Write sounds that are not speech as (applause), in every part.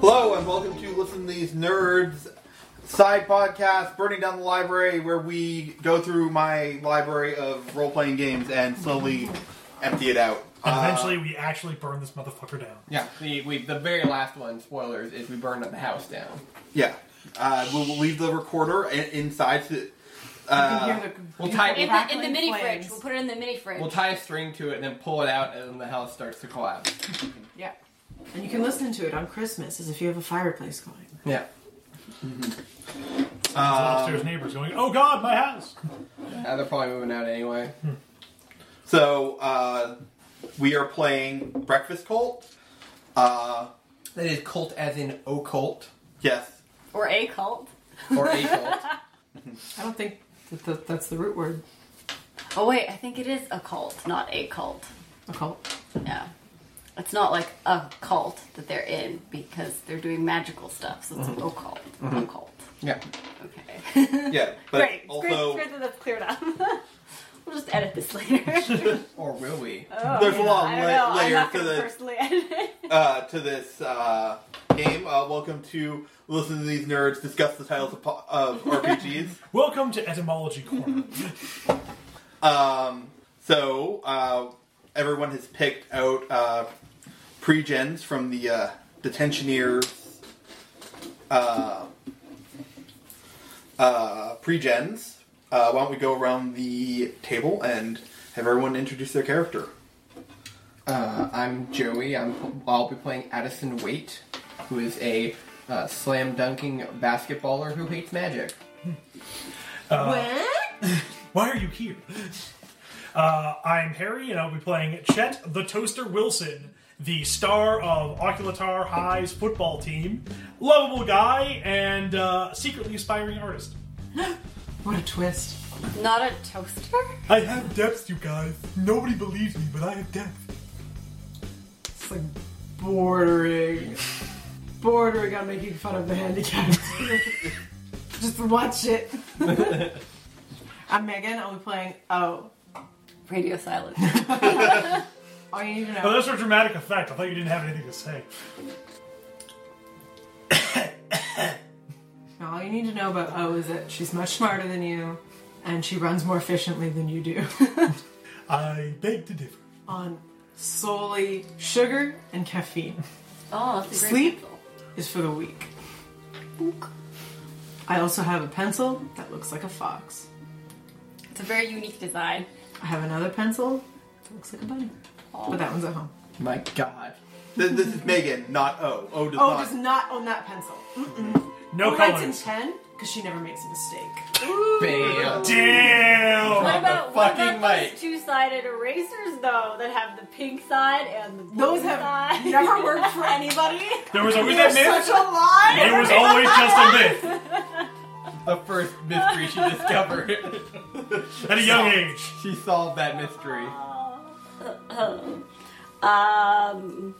Hello and welcome to Listen to These Nerds side podcast, Burning Down the Library, where we go through my library of role playing games and slowly empty it out. Eventually, we actually burn this motherfucker down. Yeah, we, we, the very last one, spoilers, is we burned the house down. Yeah. Uh, we'll, we'll leave the recorder in- inside to. Uh, We'll tie, we'll, In the, in the Crackling mini flames. fridge. We'll put it in the mini fridge. we'll tie a string to it and then pull it out and the house starts to collapse. Yeah. And you can listen to it on Christmas as if you have a fireplace going. Yeah. His um, upstairs neighbors going, "Oh God, my house!" Now they're probably moving out anyway. so, uh, we are playing Breakfast Cult. Uh, That is cult as in occult yes. or a cult. or a (laughs) cult. I don't think that, that that's the root word, Oh wait, I think it is a cult, not a cult. occult. Yeah. It's not like a cult that they're in because they're doing magical stuff, so it's Mm-hmm. an occult. Occult. Yeah. Okay. (laughs) Yeah. But Great. It's great, also, it's great that that's cleared up. (laughs) we'll just edit this (laughs) later. Or will we? Oh, (laughs) There's a lot of I la- don't know. I'm layer not to gonna the- personally edit (laughs) it. uh, to this uh, game. Uh, welcome to Listen to These Nerds discuss the titles of, po- of RPGs. Welcome to etymology corner. Um, so uh, everyone has picked out uh, pre-gens from the uh, detentioneers uh, uh, pre-gens. Uh, why don't we go around the table and have everyone introduce their character? Uh, I'm Joey. I'm, I'll be playing Addison Waite, who is a uh, slam dunking basketballer who hates magic. Uh. what? Why are you here? (laughs) Uh, I'm Harry, and I'll be playing Chet the Toaster Wilson, the star of Oculatar High's football team, lovable guy, and uh, secretly aspiring artist. What a twist. Not a toaster? I have depth, you guys. Nobody believes me, but I have depth. It's like bordering, bordering on making fun of the handicapped. (laughs) Just watch it. (laughs) I'm Megan. I'll be playing. Oh, Radio silence. all you need to Oh, know. that's for dramatic effect. I thought you didn't have anything to say. All you need to know about O is that she's much smarter than you, and she runs more efficiently than you do. I beg to differ. on solely sugar and caffeine Oh, that's a great Sleep? pencil. is for the weak. I also have a pencil that looks like a fox. It's a very unique design. I have another pencil that looks like a bunny, but that one's at home. My God. This, this is Megan, not O. O does Oh, not. does not own that pencil. No Who writes in colors. ten? Because she never makes a mistake. Bam. Damn. What about, what fucking about those mic. two-sided erasers though that have the pink side and the blue Those have side? (laughs) never worked for anybody. There was always You're that myth. such a lie. It was always just a myth The first mystery she discovered. (laughs) at a young age. she solved that mystery. Um,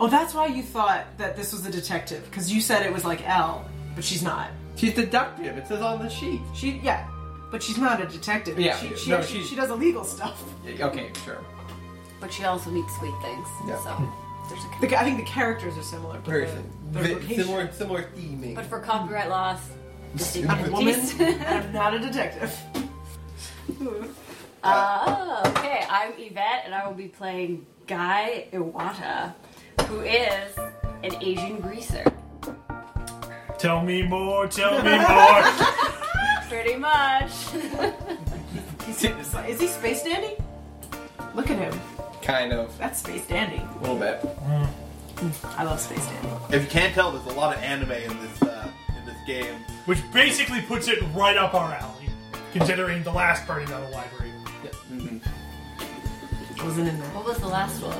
Oh, that's why you thought that this was a detective because you said it was like L, but she's not. She's deductive. It says on the sheet. She yeah, but she's not a detective. Yeah, she she, no, actually- she's- she does illegal stuff. Okay, sure. but she also needs sweet things. Yeah. So there's a con- The, I think the characters are similar. But Very the, the vi- location- similar, similar theming. But for copyright laws, just Stupid. I'm a woman. entities. (laughs) and I'm not a detective. uh, okay, I'm Yvette, and I will be playing Guy Iwata, who is an Asian greaser. Tell me more, tell me more. Pretty much. (laughs) He's, is he space dandy? Look at him. Kind of. That's space dandy. A little bit. I love space dandy. If you can't tell, there's a lot of anime in this uh, in this game. Which basically puts it right up our alley, considering the last burning down the library. I wasn't in that. What was the last one?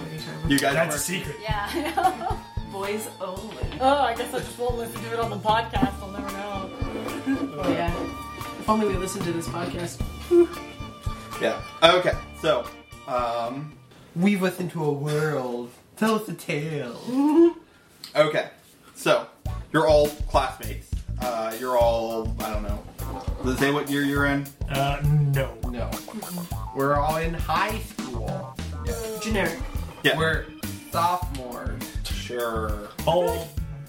You guys, That's a weren't- secret. Yeah, I know. Boys only. Oh, I guess I just won't listen to it on the podcast. I'll never know. Oh, yeah. If only we listened to this podcast. yeah. Okay, so um, Weave us into a world. Tell us a tale. Okay, so you're all classmates. Uh, you're all I don't know. Does it say what year you're in? Uh, no. No. We're all in high school. Generic. Yeah, We're sophomores. sure. All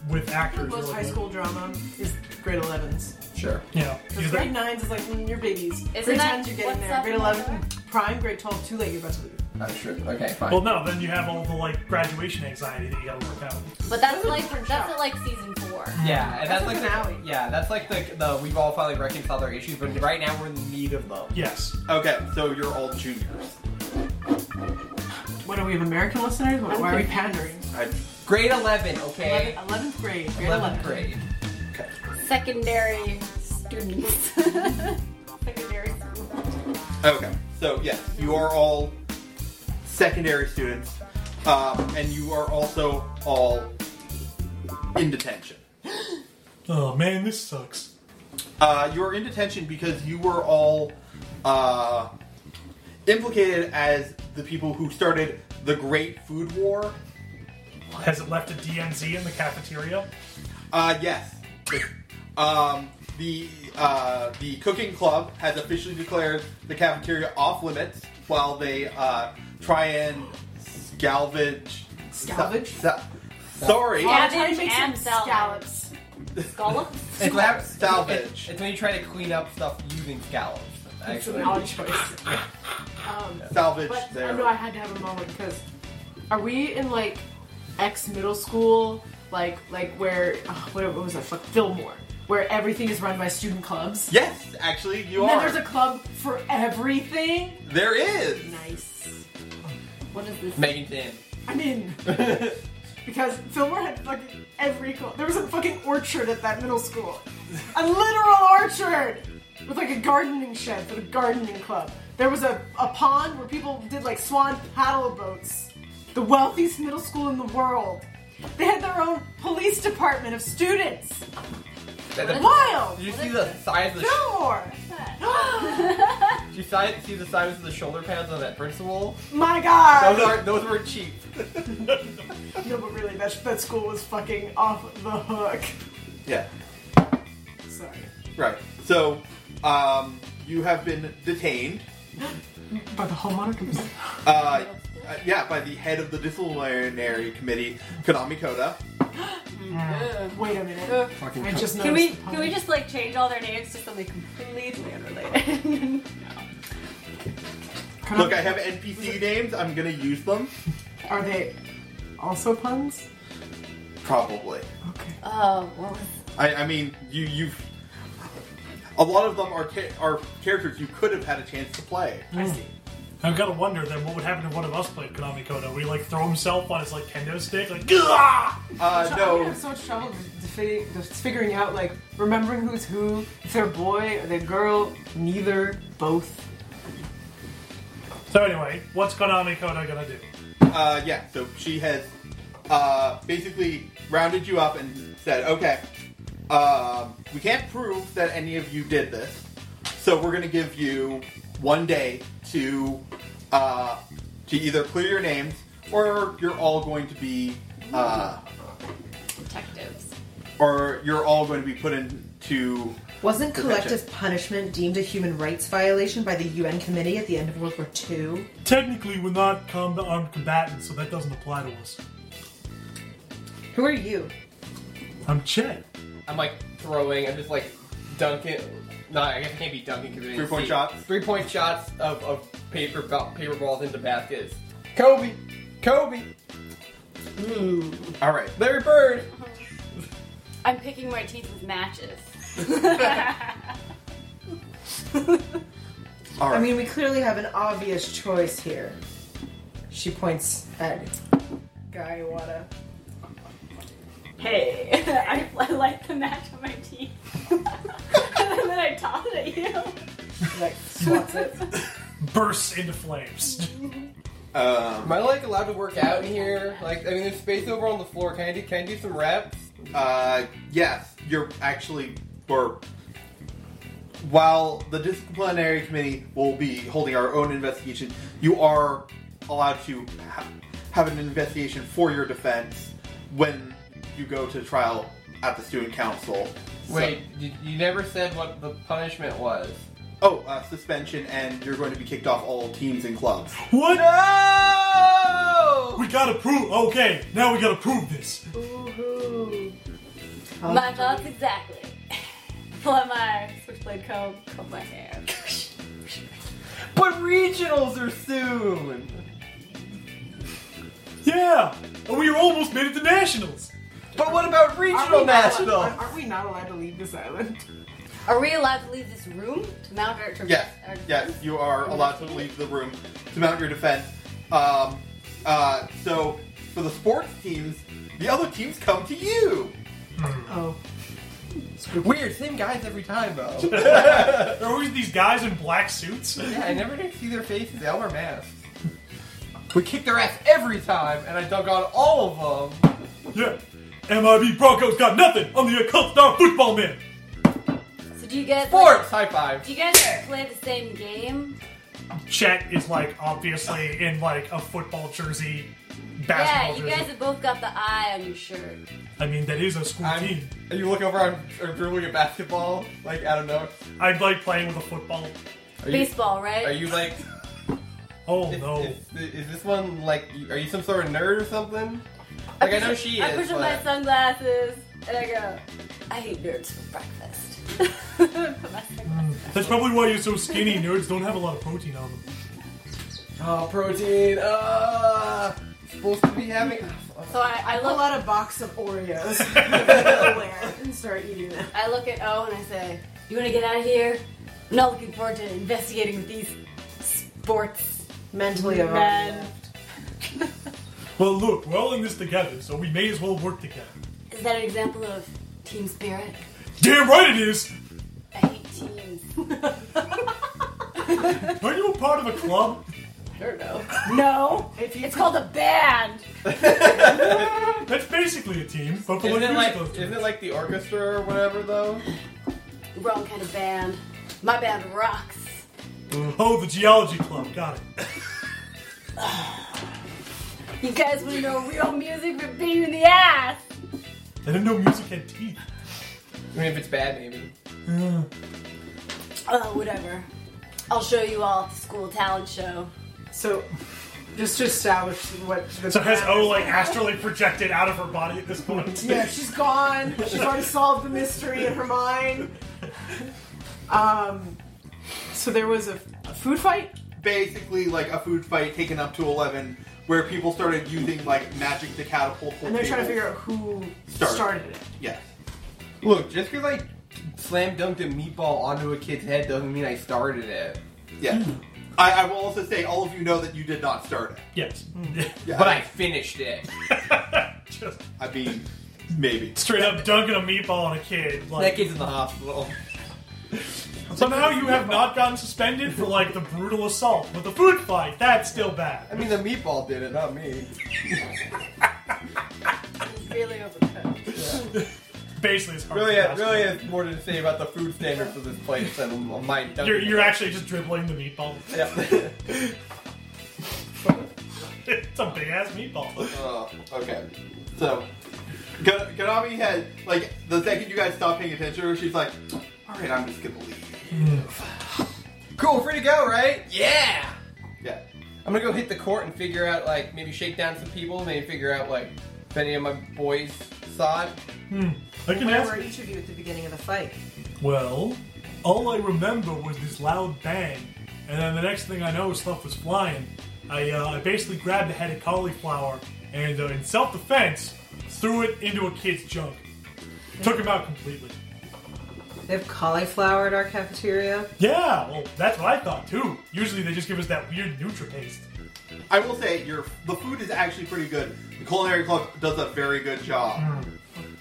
with actors. Most you're high looking- school drama is grade 11s. Sure. Yeah. Because Because grade that, 9s is like mm, your babies. Isn't grade that 10s you're getting what's there. up Grade in 11, Minnesota? prime. Grade 12, too late, you're about to leave. Uh, sure. Okay, fine. well, no, then you have all the like graduation anxiety that you got to work out. But that's like that's at like season four. yeah, and that's, That's like the the, finale. yeah, that's like the the we've all finally reconciled our issues, but right now we're in need of them. Yes. Okay, so you're all juniors. What are we, American listeners? Why why are we pandering? I, Grade eleven, okay. 11th grade. Grade 11. Eleventh grade. Secondary students. (laughs) Secondary school. okay, so yes, you are all secondary students, um, and you are also all in detention. Oh man, this sucks. Uh, you are in detention because you were all uh, implicated as the people who started the Great Food War. Has it left a DNZ in the cafeteria? Uh, yes. Um, the uh, the cooking club has officially declared the cafeteria off limits while they uh, try and salvage. Salvage? Sa- sa- sorry. Yeah. I'm trying to make and some salad. scallops. Scallops. It's what happens- Salvage. It's when you try to clean up stuff using scallops. It's an Actually. odd choice. (laughs) Um, (laughs) Salvage But I there. know I had to have a moment because are we in like ex middle school, like like where oh, what, what was that? Fuck Fillmore, where everything is run by student clubs. yes, actually, you and then are. there's a club for everything. there is. Nice. What is this? Megan's in. I'm in because Fillmore had fucking every club. There was a fucking orchard at that middle school, a literal orchard with like a gardening shed for the gardening club. There was a, a pond where people did like swan paddle boats. The wealthiest middle school in the world. They had their own police department of students. Wild! Did (laughs) you see the size of the sh- Fillmore. (gasps) did you si- see the size of the shoulder pads on that principal? My Those God. are those were cheap. No, but really, that that school was fucking off the hook. Yeah. Sorry. Right. So, um, you have been detained. By the homeowner comes. Uh, uh, yeah, by the head of the disciplinary committee, Konami Koda. Ugh. Wait a minute. Ugh. Fucking I just Can we noticed the can we pun. just like change all their names to something completely unrelated? (laughs) Can Look, I have NPC names. I'm gonna use them. Are they also puns? Probably. Okay. oh, what was I, I mean, you you've a lot of them are ca- are characters you could have had a chance to play. I see. I've got to wonder then what would happen if one of us played Konami Kodo? Would he like throw himself on his like kendo stick like Gah! Uh, So I'm gonna no, have so much trouble defi- def- figuring out, like, remembering who's who, if they're boy or they're girl, neither, both. So anyway, what's Konami Kodo gonna do? uh, yeah. So she has uh, basically rounded you up and said, okay, um, we can't prove that any of you did this, so we're gonna give you one day to uh, to either clear your names or you're all going to be. Uh, detectives? or you're all going to be put into Wasn't Detention. collective punishment deemed a human rights violation by the UN committee at the end of World War II? Technically, we're not com- armed combatants, so that doesn't apply to us. Who are you? I'm Chet. I'm like throwing. I'm just like dunking. No, I guess it can't be dunking because Three point shots? Three point shots of, of paper ba- paper balls into baskets. Kobe, Kobe, All right. Larry Bird. I'm picking my teeth with matches. All right. I mean, we clearly have an obvious choice here. She points at Guy Iwata. hey, (laughs) I, I light the match on my teeth, (laughs) and then I toss it at you. Like, (laughs) swats it. Bursts into flames. (laughs) um, Am I like allowed to work out in here? Like, I mean, there's space over on the floor. Can I do can I do some reps? Uh, yes, you're actually, or while the disciplinary committee will be holding our own investigation, you are allowed to ha- have an investigation for your defense when you go to trial at the student council. So- Wait, you, you never said what the punishment was. oh, uh, suspension, and you're going to be kicked off all teams and clubs. What? No! Oh! We gotta prove. Okay, now we gotta prove this. Ooh-hoo. Um, Oh, My thoughts exactly. (laughs) Let my switchblade comb comb my hair. But regionals are soon. Yeah! We almost made it to nationals! But what about Aren't regional we not national? allowed- aren't we not allowed to leave this island? Are we allowed to leave this room to mount our to Yes, our- yes, you are allowed to leave the room to mount your defense. Um, uh, so, for the sports teams, the other teams come to you. Oh, Weird, same guys every time though. (laughs) There are always these guys in black suits. (laughs) yeah, I never did see their faces. They all wear masks. We kicked their ass every time, and I dug on all of them. Yeah. MIB Broncos got nothing! I'm the occult star football man! So do you guys Sports, high five. do you guys play the same game? Chet is like obviously in like a football jersey, Yeah, basketball you jersey. guys have both got the eye on your shirt. I mean, that is a school I'm, team. and you look over, I'm, I'm dribbling a basketball. Like I don't know. I'd like playing with a football. Are you, Baseball, right? are you like? Oh Is, no. is, is this one like? you- Are you some sort of nerd or something? Like I, know she I is. push up my But sunglasses and I go, I eat nerds for breakfast. That's probably why you're so (laughs) skinny. Nerds don't have a lot of protein on them. oh, protein. Uh, supposed to be having. (laughs) so I, I pull look out a box of (laughs) Oreos Nowhere, and start eating them. I look at O and I say, You wanna get out of here? I'm not looking forward to investigating with these sports Mentally, I've already men. left. Well, look, we're all in this together, so we may as well work together. Is that an example of team spirit? Damn right it is. I hate teams. Aren't you a part of a club? I don't know. No, if you It's called a band. That's basically a team, but for Isn't what it you're like? supposed to. Isn't it like the orchestra or whatever though? Wrong kind of band. My band rocks. Oh, the geology club. Got it. You guys wanna know real music but being in the ass? I didn't know music had teeth. I mean, if it's bad, maybe. Uh, Oh, whatever. I'll show you all at the school talent show. so. Just to establish what the so has O like astrally projected out of her body at this point? Yeah, she's gone. She's already solved the mystery in her mind. Um, so there was a, a food fight. Basically, like a food fight taken up to 11, where people started using like magic to catapult. And they're trying people. to figure out who Started. started it. Yes. Look, just because I slam dunked a meatball onto a kid's head doesn't mean I started it. Yes. I, I will also say, all of you know that you did not start it. Yes. (laughs) Yeah, But I finished it. Just I mean, maybe. straight up dunking a meatball on a kid. That Like kid's in the hospital. somehow you have not gotten suspended for like the brutal assault, but the food fight that's still I bad. mean, the meatball did it, not me. It's really overcooked. Basically, it's hard. Really, to ask. really has more to say about the food standards for this place than my dunking. You're, you're actually just dribbling the meatball. (laughs) Yeah. it's a big ass meatball. Uh, okay. So, Ga- Ganami had, like, the second you guys stopped paying attention to her, she's like, alright, I'm just gonna leave. (laughs) cool, free to go, right? Yeah. Yeah. I'm gonna go hit the court and figure out, like, maybe shake down some people, maybe figure out, like, if any of my boys saw it. I can Where were ask. each of you at the beginning of the fight? Well, all I remember was this loud bang, and then the next thing I know, stuff was flying. I, uh, I basically grabbed a head of cauliflower and, uh, in self defense, threw it into a kid's junk. Took him out completely. They have cauliflower at our cafeteria. Yeah, well, that's what I thought too. Usually they just give us that weird Nutra taste. I will say, your the food is actually pretty good. The Culinary Club does a very good job.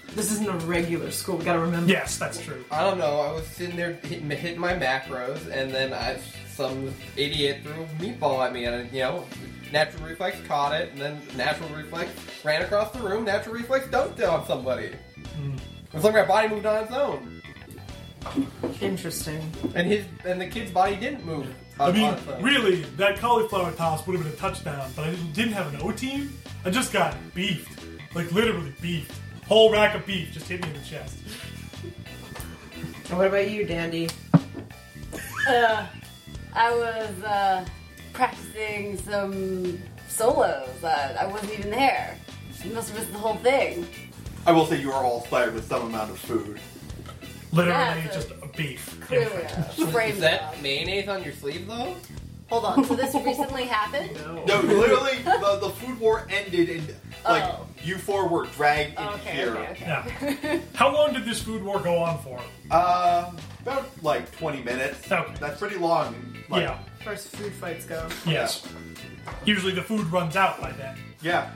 This isn't a regular school. We gotta remember. Yes, that's true. I don't know. I was sitting there (laughs) hitting, hitting my macros, and then I, some idiot threw a meatball at me, and you know, natural reflex caught it, and then natural reflex ran across the room. Natural reflex dunked it on somebody. Hmm. It's like my body moved on its own, Interesting. and his and the kid's body didn't move. I on- mean, on its own. really, that cauliflower toss would have been a touchdown, but I didn't, didn't have an O team. I just got beefed. Like, literally beefed. Whole rack of beef just hit me in the chest. And what about you, Dandy? Uh, I was uh, practicing some solos. Uh, I wasn't even there. You must have missed the whole thing. I will say you are all fed with some amount of food. Literally, Yeah, so- just a beef. Clearly, uh, (laughs) frame Is job. that mayonnaise on your sleeve though? Hold on. So this recently happened. (laughs) No, literally, the, the food war ended, and like Oh. you four were dragged into Okay. here. Okay. Okay. Yeah. How long did this food war go on for? Um, about like 20 minutes. Okay. That's pretty long. Like, yeah. First food fights go. Yes. Usually the food runs out by then. Yeah.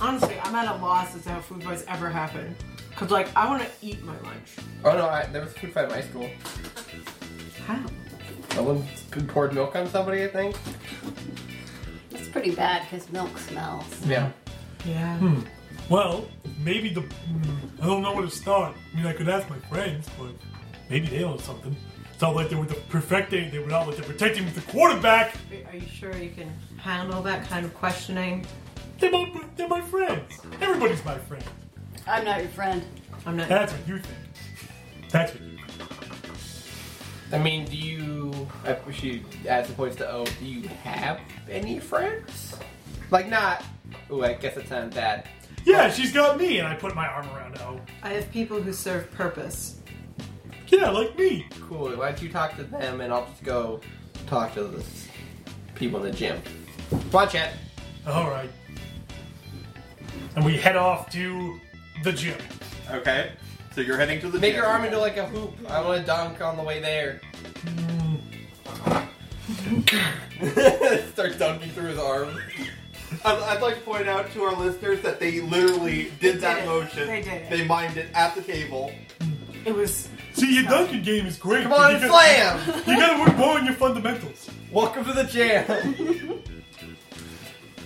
Honestly, I'm at a loss as to how food fights ever happen. Cause like I want to eat my lunch. Oh no, I, there was a food fight at my school. How? Someone poured milk on somebody, I think. (laughs) It's pretty bad because milk smells. Yeah. Yeah. Well, maybe the. mm, I don't know where to start. I mean, I could ask my friends, but maybe they know something. It's not like they were the perfecting, they were not like they're protecting the quarterback. Are you sure you can handle that kind of questioning? They're my, they're my friends. Everybody's my friend. I'm not your friend. I'm not. That's what you think. That's what you I mean, do you? I wish you, as opposed to oh, do you have any friends? Like not. Oh, I guess it sounds bad. Yeah, she's got me, and I put my arm around O. I have people who serve purpose. Yeah, like me. Cool. Why don't you talk to them and I'll just go talk to the people in the gym. Watch it. Alright. And we head off to the gym. Okay. So you're heading to the Make gym. your (laughs) arm into like a hoop. I want to dunk on the way there. Start dunking through his arm. I'd, I'd like to point out to our listeners that they literally did that it. motion. They did it. They mimed it at the table. It was See, your dunking game is great. Come (laughs) on and slam! You gotta work more on your fundamentals. Welcome to the jam.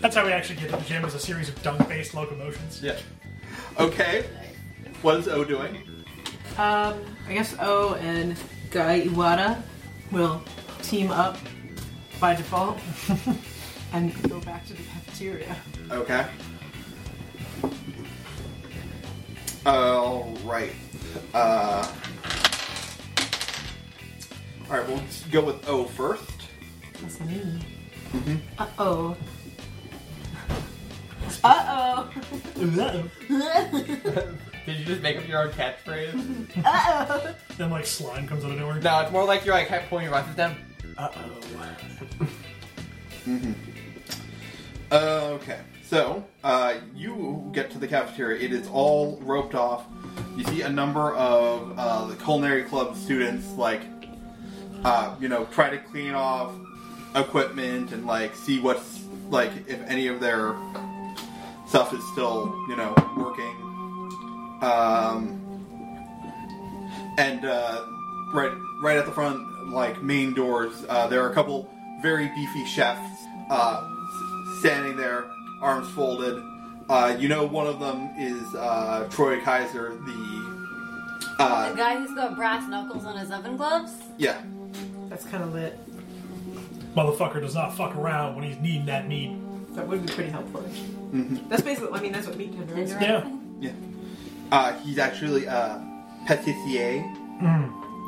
That's how we actually get to the gym is a series of dunk-based locomotions. (laughs) Yeah. Okay. What is O doing? Um, I guess O and Guy Iwata will team up by default and go back to the cafeteria. Okay. All right. Uh, all right. We'll go with O first. That's me. Uh (laughs) oh. Uh (laughs) oh. (laughs) Did you just make up your own catchphrase? Then like slime comes out of nowhere. No, it's more like you're like pulling your glasses down. Okay. So uh, you get to the cafeteria. It is all roped off. You see a number of uh, the culinary club students, like uh, you know, try to clean off equipment and like see what's like if any of their stuff is still you know working. Um, and uh, right right at the front, like main doors, uh, there are a couple very beefy chefs uh, s- standing there, arms folded. Uh, you know, one of them is uh, Troy Kaiser, the the uh, guy who's got brass knuckles on his oven gloves. yeah. That's kind of lit. Motherfucker does not fuck around when he's needing that meat. That would be pretty helpful. Mm-hmm. That's basically, I mean, that's what meat dinner is. Is right? Yeah. Yeah. Uh, he's actually a pâtissier.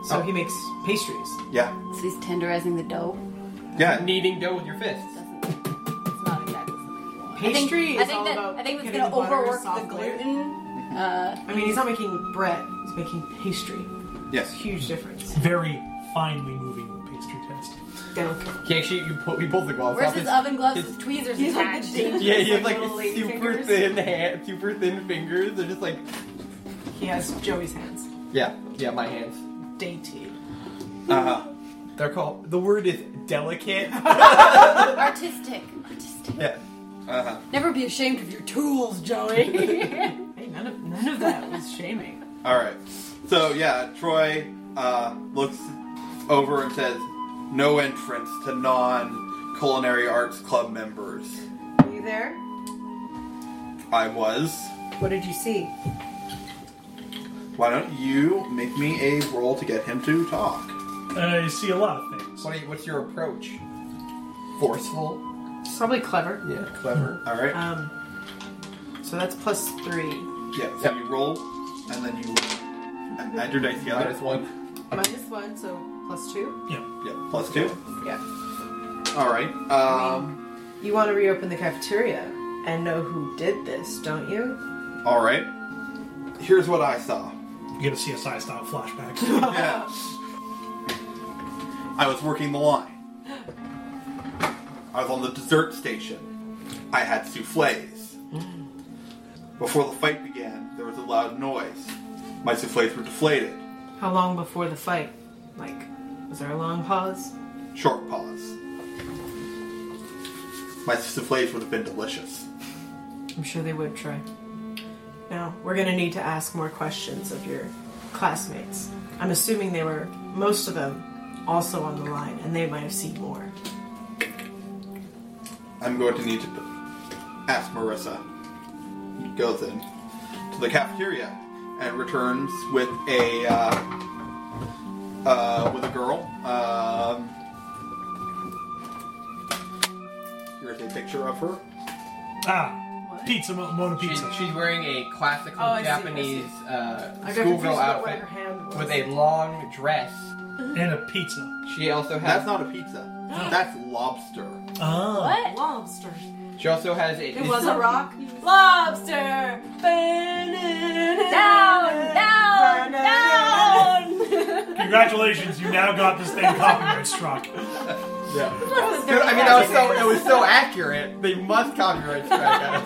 So he makes pastries. Yeah. So he's tenderizing the dough. Yeah. Kneading dough with your fists. Doesn't. It's not exactly something you want. Pastry is I think, I think all that, about I think it's getting gonna the butter overwork the soft layer. gluten. Uh, I mean, he's not making bread, he's making pastry. Yes. Huge difference. Very finely moving pastry test. Delicate. He actually, you pull, we pulled the gloves where's off. his oven gloves his- with tweezers He's like attached? the (laughs) Yeah, he has Like like little lady super fingers. thin hand, super thin fingers. They're just like, He has Joey's hands. yeah, yeah, my hands. Dainty. Uh, They're called. The word is delicate. Artistic. Artistic. yeah. Uh-huh. Never be ashamed of your tools, Joey. Hey, none of, none of that was shaming. All right. So yeah, Troy uh, looks over and says, "No entrance to non-culinary arts club members." Are you there? I was. What did you see? Why don't you make me a roll to get him to talk? I Uh, see a lot of things. What do you, what's your approach? Forceful. It's probably clever. Yeah, clever. All right. Um, so that's plus three. yeah. So yep. you roll, and then you add your dice together. Minus one. Minus one, so plus two. Yeah. Yeah. Plus two. Yeah. All right. Um. You want to reopen the cafeteria and know who did this, don't you? All right. here's what I saw. You get a CSI (laughs) style flashback. Yeah. I was working the line. I was on the dessert station. I had souffles. Before the fight began, there was a loud noise. My souffles were deflated. How long before the fight? Like, was there a long pause? Short pause. My souffles would have been delicious. I'm sure they would try. Now, we're gonna need to ask more questions of your classmates. I'm assuming they were, most of them, also on the line, and they might have seen more. I'm going to need to ask Marissa. He goes in to the cafeteria and returns with a uh, uh, with a girl. Um, here's a picture of her. ah, What? pizza, Mo- Mona She's, Pizza. she's wearing a classical Oh, I see, I see. Japanese uh, got schoolgirl confused about what outfit her hand was. with a long dress. and a pizza. She also That's has not a pizza. That's lobster. Oh. (laughs) What? Lobster. she also has a It was a rock. Lobster! Down! Down! Down! Congratulations, you now got this thing copyright struck. Yeah. Dude, (laughs) I mean, that was so it was so accurate. They must copyright strike us.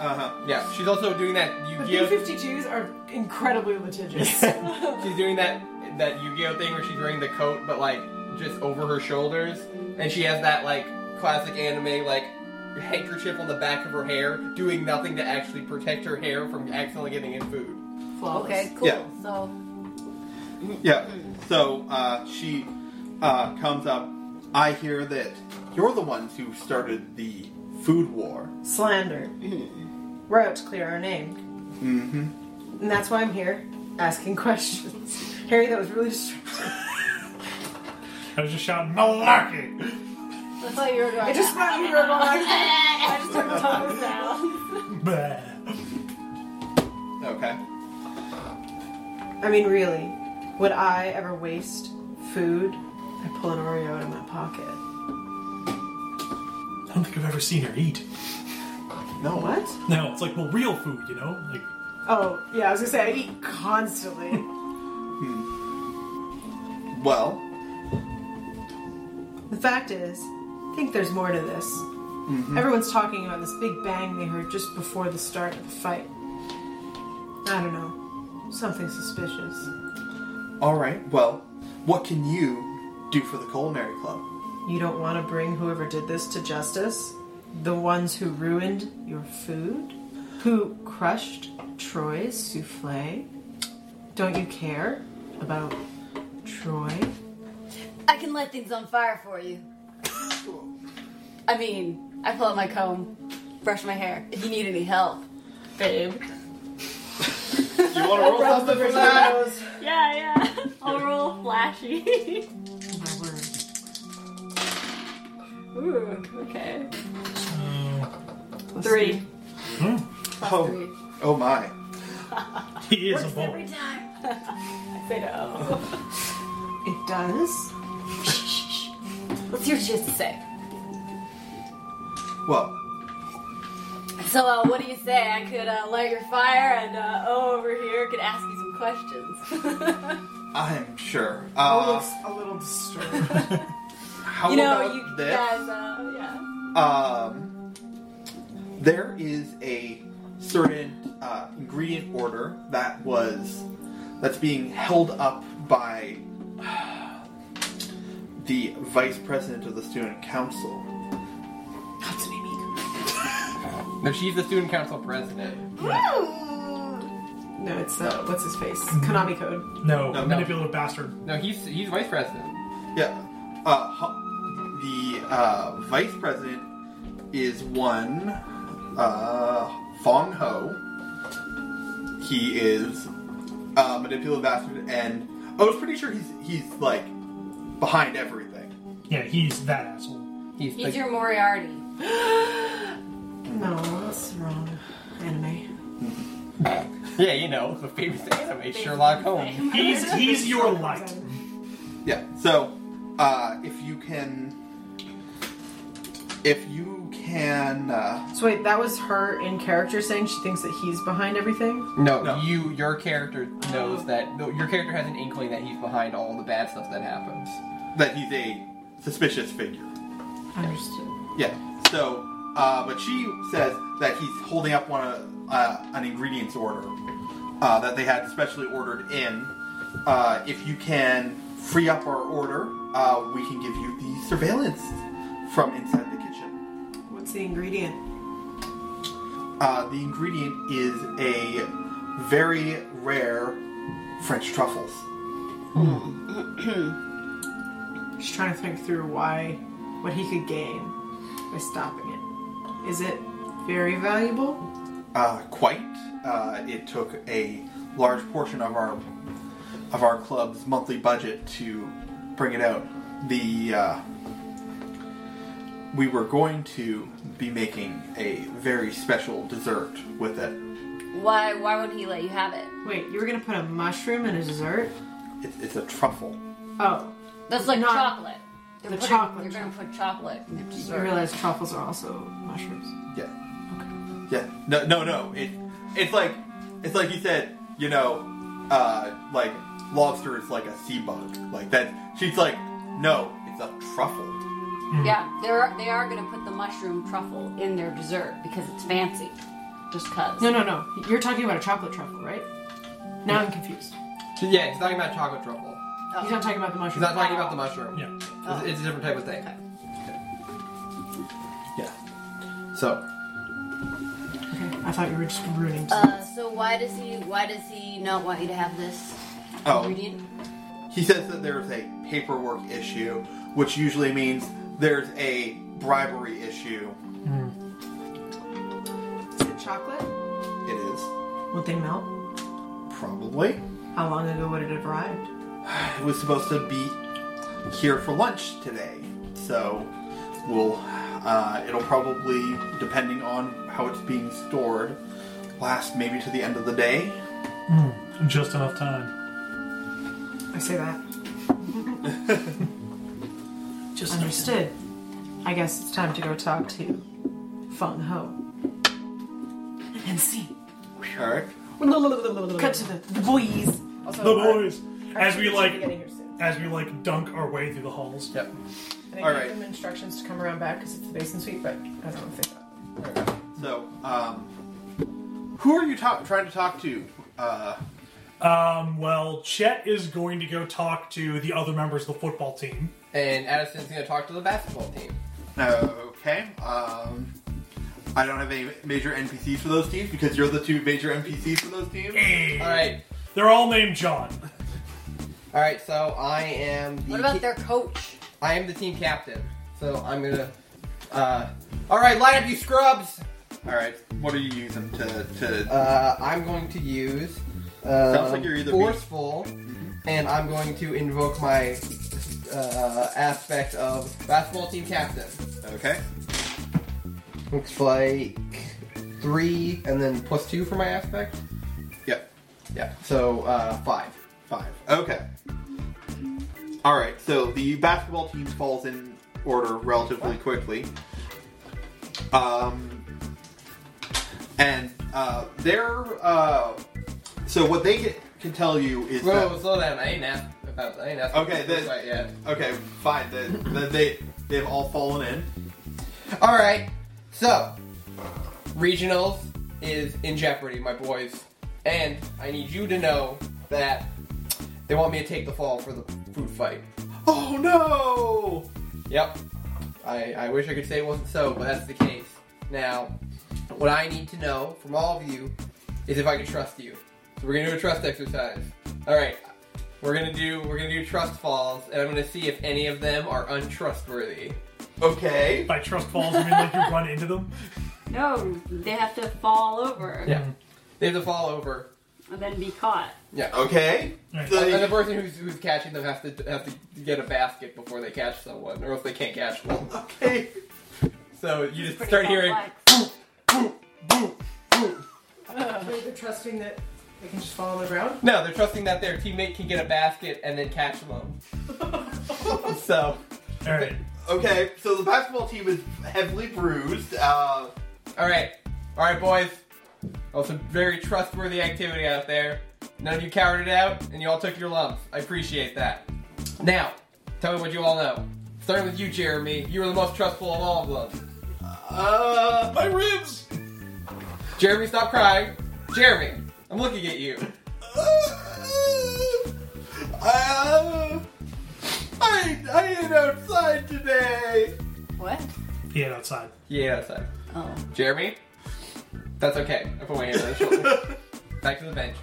Uh huh. (laughs) Yeah, she's also doing that The Yu-Gi-Oh. B-52s are incredibly (laughs) litigious. She's doing that that Yu-Gi-Oh thing where she's wearing the coat, but like just over her shoulders, and she has that like classic anime like handkerchief on the back of her hair, doing nothing to actually protect her hair from accidentally getting in food. Flawless. Okay, cool. Yeah. So, Yeah. So uh, she uh, comes up. I hear that you're the ones who started the food war. Slander. Mm-hmm. We're out to clear our name. Mm-hmm. And that's why I'm here, asking (laughs) questions. Harry, that was really distracting. I was just shouting malarkey. that's what you were doing. I just thought you were like, I just took the tongue down. Bleh. Okay. (laughs) I mean, really, would I ever waste food? I pull an Oreo out of my pocket. I don't think I've ever seen her eat. No. What? No, it's like well, real food, you know, like Oh, yeah, I was gonna say, I eat constantly. Well, The fact is, I think there's more to this. Everyone's talking about this big bang they heard just before the start of the fight. I don't know. Something suspicious. all right. Well, what can you do for the culinary club? You don't want to bring whoever did this to justice? The ones who ruined your food? Who crushed Troy's souffle? Don't you care about Troy? I can light things on fire for you. I mean, I pull out my comb, brush my hair. If you need any help, babe. You want to roll something for that? Yeah, yeah. (laughs) I'll roll flashy. Oh my word. (laughs) Ooh, okay. uh, Plus Three. hmm. Plus Oh. three. Oh my. he is a bull. time. (laughs) I say no. It does? Let's hear what she has to say. Well, So, uh, what do you say? I could uh, light your fire, and uh, O over here could ask you some (laughs) questions. I'm sure. Oh, Uh, looks a little disturbed. (laughs) how you know, about you this? guys, uh, yeah. Um, there is a certain uh, ingredient order that was that's being held up by (sighs) the vice president of the student council. No, she's the student council president. no, it's, uh, what's his face? Konami code. No, No, no. manipulative bastard. No, he's he's vice president. Yeah. Uh, ho- the uh, vice president is one uh, Fong Ho. He is a manipulative bastard, and I was pretty sure he's he's like behind everything. Yeah, he's that asshole. He's, He's like, your Moriarty. No, that's wrong. Anime. yeah, you know the famous anime Sherlock Holmes. He's he's your light. Yeah. So uh, if you can, if you can. Uh, So wait, that was her in character saying she thinks that he's behind everything. No, No. you. Your character knows that. No, your character has an inkling that he's behind all the bad stuff that happens. that he's a suspicious figure. Understood. Yeah. So, uh, but she says that he's holding up one of, uh, an ingredients order uh, that they had specially ordered in. Uh, if you can free up our order, uh, we can give you the surveillance from inside the kitchen. What's the ingredient? Uh, the ingredient is a very rare French truffles. She's trying to think through why, what he could gain by stopping it. Is it very valuable? Uh, quite. Uh, it took a large portion of our of our club's monthly budget to bring it out. The uh, we were going to be making a very special dessert with it. Why? Why would he let you have it? Wait, you were gonna put a mushroom in a dessert? It's, it's a truffle. Oh, That's like Not- chocolate. They're the putting- chocolate They're gonna put chocolate in your I dessert. realize truffles are also mushrooms. Yeah. Yeah. No. No. No. It, it's like it's like you said. You know, uh, like lobster is like a sea bug. Like that. She's like, no, it's a truffle. Hmm. Yeah, they're they are gonna put the mushroom truffle in their dessert because it's fancy. Just cause. No, no, no. You're talking about a chocolate truffle, right? Now I'm confused. So, yeah, he's talking about chocolate truffle. Oh. He's not talking about the He's mushroom. not talking about the mushroom. Yeah. It's, it's a different type of thing. Yeah. So Okay, I thought you were just ruining. Uh, so why does he? Why does he not want you to have this Oh. ingredient? He says that there's a paperwork issue, which usually means there's a bribery issue. Is it chocolate? It is. Would they melt? Probably. How long ago would it have arrived? It was supposed to be here for lunch today. So we'll uh, it'll probably, depending on how it's being stored, last maybe to the end of the day. Just enough time. I (laughs) say that. Just enough Understood. I guess it's time to go talk to Fung Ho. And see. Eric. Cut to the, the boys. Also, The our- boys. our As teacher should we be like, getting here soon. as we like, dunk our way through the halls. Yep. I think All All right. right. them instructions to come around back because it's the basement suite, but I don't know if they got. So, um, who are you ta- trying to talk to? Uh, Um, well, Chet is going to go talk to the other members of the football team. And Addison's gonna talk to the basketball team. Okay. Um, I don't have any major NPCs for those teams because you're the two major NPCs for those teams. Hey. All right. They're all named John. All right. So I am. The What about ki- their coach? I am the team captain. So I'm gonna. Uh, all right, line up, you scrubs. All right. What are you using to? to Uh, I'm going to use uh, Sounds like you're either being- forceful, and I'm going to invoke my uh, aspect of basketball team captain. okay. Looks like three, and then plus two for my aspect. Yep. Yeah. So uh, five. Five. Okay. All right. So the basketball team falls in order relatively quickly. Um, and uh, their uh, so what they can, can tell you is Whoa, that- whoa, slow down. I ain't asked about. I ain't asked. Okay, about this then- right yet. Okay, fine. They, they, they they've all fallen in. All right. So, regionals is in jeopardy, my boys, and I need you to know that they want me to take the fall for the food fight. Oh no! Yep. I, I wish I could say it wasn't so, but that's the case. Now, what I need to know from all of you is if I can trust you. So we're gonna do a trust exercise. Alright. We're gonna do we're gonna do trust falls, and I'm gonna see if any of them are untrustworthy. Okay. By trust falls, I mean like you run into them. No, they have to fall over They have to fall over. and then be caught. Yeah. Okay. Right. So And the you- person who's, who's catching them has to have to get a basket before they catch someone, or else they can't catch one. (laughs) okay. So you just Pretty start hearing complex. So they're trusting that they can just fall on the ground. No, they're trusting that (laughs) their teammate can get a basket and then catch them. so All right. Okay, so the basketball team is heavily bruised. Uh, All right, all right, boys. That was a very trustworthy activity out there. None of you cowered it out, and you all took your lumps. I appreciate that. Now, tell me what you all know. Starting with you, Jeremy. You were the most trustful of all of them. uh, My ribs! Jeremy, stop crying. Jeremy, I'm looking at you. uh, I I am outside today. What? He had outside. Yeah, that's it. Oh. Jeremy, that's okay. I put my hand on (laughs) his shoulder. Back to the bench.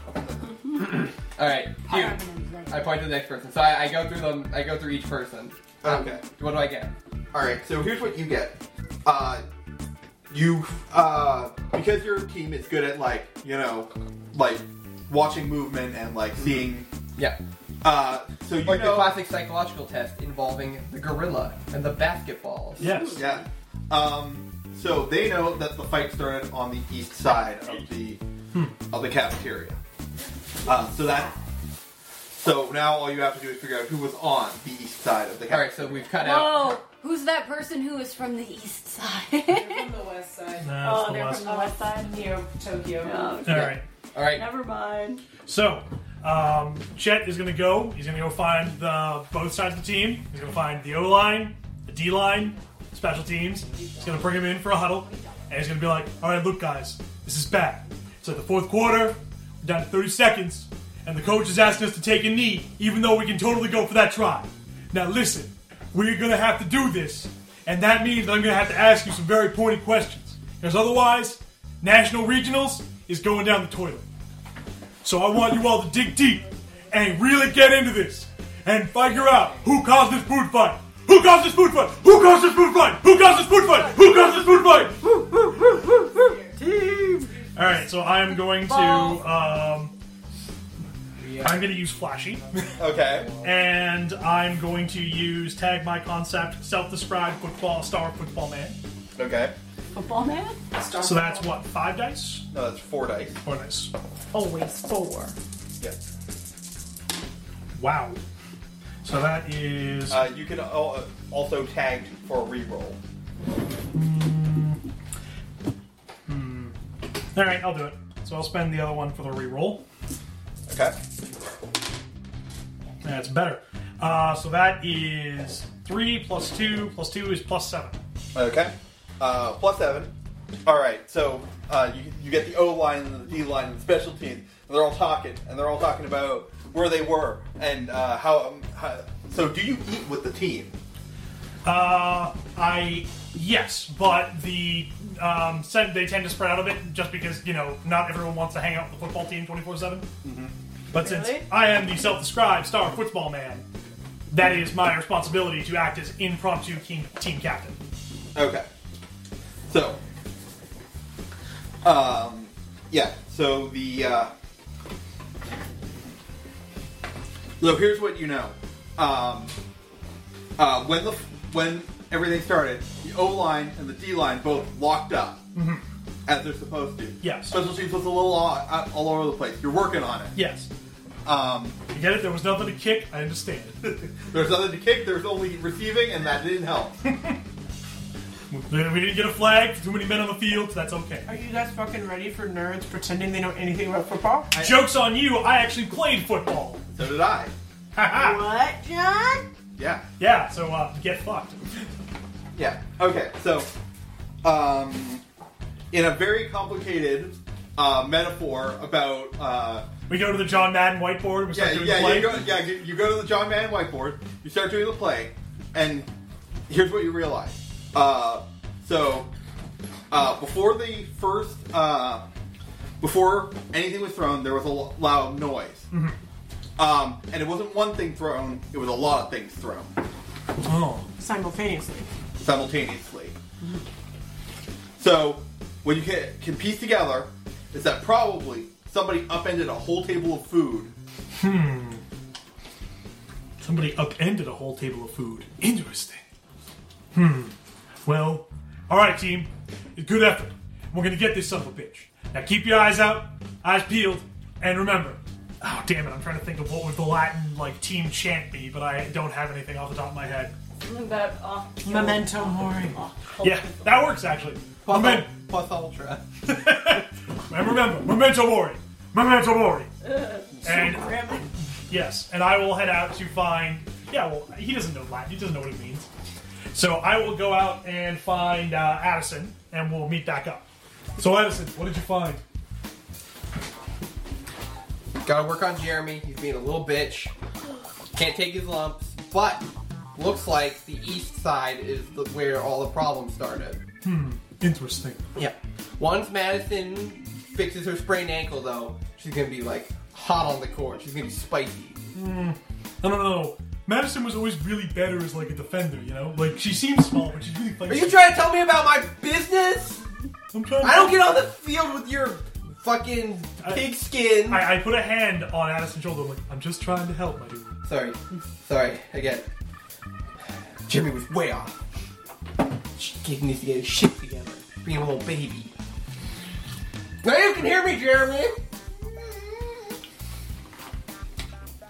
all right, you. I point to the next person. So I, I go through them. I go through each person. Okay. What do I get? All right, so here's what you get. Uh, you uh, because your team is good at like you know, like watching movement and like seeing. Yeah. Uh, so you Like the know, classic psychological test involving the gorilla and the basketballs. Yes. yeah. Um, so they know that the fight started on the east side of the Hmm. of the cafeteria. Uh, so that. So now all you have to do is figure out who was on the east side of the All right, cafeteria. so we've cut out. Oh, Whoa! Who's that person who is from the east side? They're from the west side. Nah, it's Oh, the they're last. from the west side. Near Tokyo. Oh, All right. All right, never mind. So, um, Chet is going to go. He's going to go find the both sides of the team. He's going to find the O line, the D line, special teams. He's going to bring him in for a huddle, and he's going to be like, "All right, look, guys, this is bad. So the fourth quarter, we're down to 30 seconds, and the coach is asking us to take a knee, even though we can totally go for that try. Now listen, we're going to have to do this, and that means that I'm going to have to ask you some very pointed questions, because otherwise, national regionals is going down the toilet." So I want you all to dig deep and really get into this and figure out who caused this food fight. Who caused this food fight? Who caused this food fight? Who caused this food fight? Who caused this food fight? All right, so I am going to um, I'm going to use flashy, Okay. and I'm going to use tag my concept self-described football star football man. Okay. Football man? So that's what five dice. No, that's four dice. Oh, nice. Always four. Yeah. Wow. So that is Uh, you can al- also tag for a reroll. all right. I'll do it. So I'll spend the other one for the reroll. Okay. That's better. Uh, so that is three plus two plus two is plus seven. Okay. Uh, plus seven. All right. So uh, you, you get the O line and the D line and the special teams. And they're all talking, and they're all talking about where they were and uh, how, um, how. So do you eat with the team? Uh, I yes, but the um, sen- they tend to spread out a bit just because you know not everyone wants to hang out with the football team twenty four seven. But since Really? I am the self described star football man, that is my responsibility to act as impromptu team, team captain. Okay. So. Um. Yeah. So the. Uh, so here's what you know. Um. Uh, when the when everything started, the O line and the D line both locked up as they're supposed to. Mm-hmm. Yes. Special teams was a little all, out- all over the place. You're working on it. Yes, Um. you get it. There was nothing to kick. I understand. There's nothing to kick. There's only receiving, and that didn't (laughs) help. we didn't get a flag. Too many men on the field. So that's okay. Are you guys fucking ready for nerds pretending they know anything about football? Jokes on you. I actually played football. so did I. Ha ha. What, John? Yeah. Yeah, so uh, get fucked. Yeah. Okay. So, um, in a very complicated uh, metaphor about uh, We go to the John Madden whiteboard. yeah, We start doing the yeah, play. you go, yeah, you, you go to the John Madden whiteboard, you start doing the play, and here's what you realize. Uh, so, uh, before the first, uh, before anything was thrown, there was a lo- loud noise. Um, and it wasn't one thing thrown; it was a lot of things thrown. Oh. Simultaneously. simultaneously. So, what you can, can piece together is that probably somebody upended a whole table of food. Somebody upended a whole table of food. Interesting. Hmm. Well, all right, team. Good effort. We're gonna get this son of a bitch. Now keep your eyes out, eyes peeled, and remember. Oh damn it! I'm trying to think of what would the Latin like team chant be, but I don't have anything off the top of my head. But off. Memento mori. Yeah, that works actually. Plus, Memen- plus ultra. and remember, memento mori, memento mori. And yes, and I will head out to find. Yeah, well, he doesn't know Latin. He doesn't know what it means. So I will go out and find uh, Addison, and we'll meet back up. So Addison, what did you find? Gotta work on Jeremy. He's being a little bitch. Can't take his lumps. But looks like the east side is the, where all the problems started. Interesting. Yeah. Once Madison fixes her sprained ankle, though, she's gonna be like hot on the court. She's gonna be spicy. I don't know. Madison was always really better as like a defender, you know. Like she seems small, but she's really Are feisty. you trying to tell me about my business? I'm trying. I don't get on the field with your fucking pigskin. I, I put a hand on Addison's shoulder. I'm like, I'm just trying to help, my dude. Sorry. Sorry. Again. Jeremy was way off. She kid needs to get his shit together. Being a little baby. Now you can hear me, Jeremy!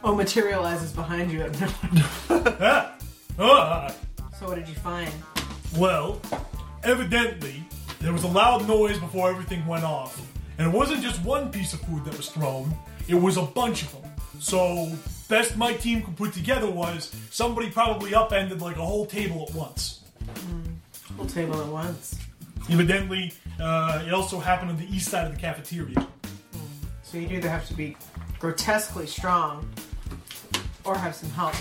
Oh, materializes behind you. (laughs) At no Ah, ah. so what did you find? Well, evidently, there was a loud noise before everything went off. And it wasn't just one piece of food that was thrown, it was a bunch of them. So, best my team could put together was somebody probably upended like a whole table at once. Whole table at once. Evidently, uh, it also happened on the east side of the cafeteria. So you'd either have to be grotesquely strong or have some help.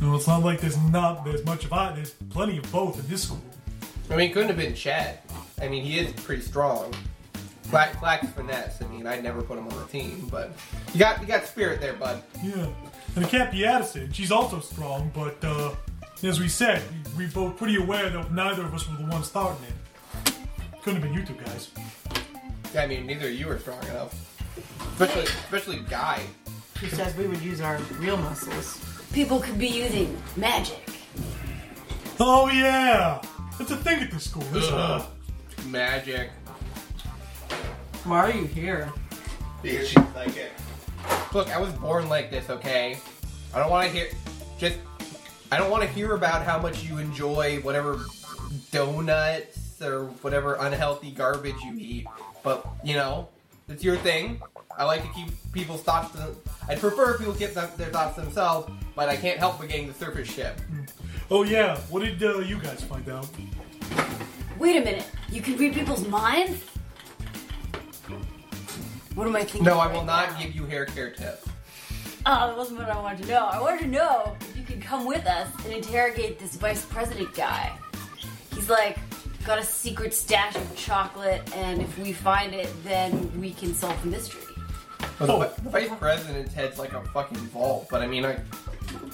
No, it's not like there's not there's much of either. There's plenty of both in this school. I mean, it couldn't have been Chad. I mean, he is pretty strong. Black, Black's finesse. I mean, I'd never put him on the team, but you got you got spirit there, bud. Yeah, and it can't be Addison. She's also strong, but uh, as we said, we, we both pretty aware that neither of us were the ones starting it. Couldn't have been you two guys. I mean, neither of you are strong enough. Especially, especially Guy. He says we would use our real muscles. (laughs) People could be using magic. Oh yeah, that's a thing at this school. Isn't Ugh. it? Magic. Why are you here? Because she's like it. Look, I was born like this, okay? I don't want to hear. Just. I don't want to hear about how much you enjoy whatever donuts or whatever unhealthy garbage you eat. But, you know, it's your thing. I like to keep people's thoughts to them. I'd prefer if people keep them, their thoughts to themselves, but I can't help but getting the surface ship. Oh yeah, what did uh, you guys find out? Wait a minute. You can read people's minds? What am I thinking? No, I will right not now? give you hair care tips. Oh, that wasn't what I wanted to know. I wanted to know if you could come with us and interrogate this vice president guy. He's like, got a secret stash of chocolate, and if we find it, then we can solve the mystery. Oh. The vice president's head's like a fucking vault, but I mean, I,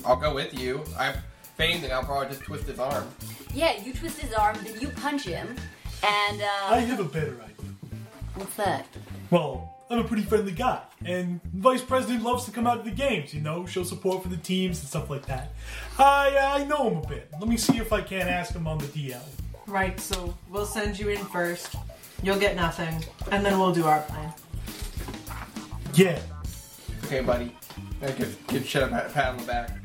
I'll go with you. I, if anything, I'll probably just twist his arm. Yeah, you twist his arm, then you punch him, and, uh, I have a better idea. what's that? Well, I'm a pretty friendly guy, and vice president loves to come out to the games. You know, show support for the teams and stuff like that. I uh, I know him a bit. Let me see if I can't ask him on the DL. Right, so we'll send you in first. You'll get nothing, and then we'll do our plan. Yeah. Okay, buddy. I give, give shit a pat, pat on the back.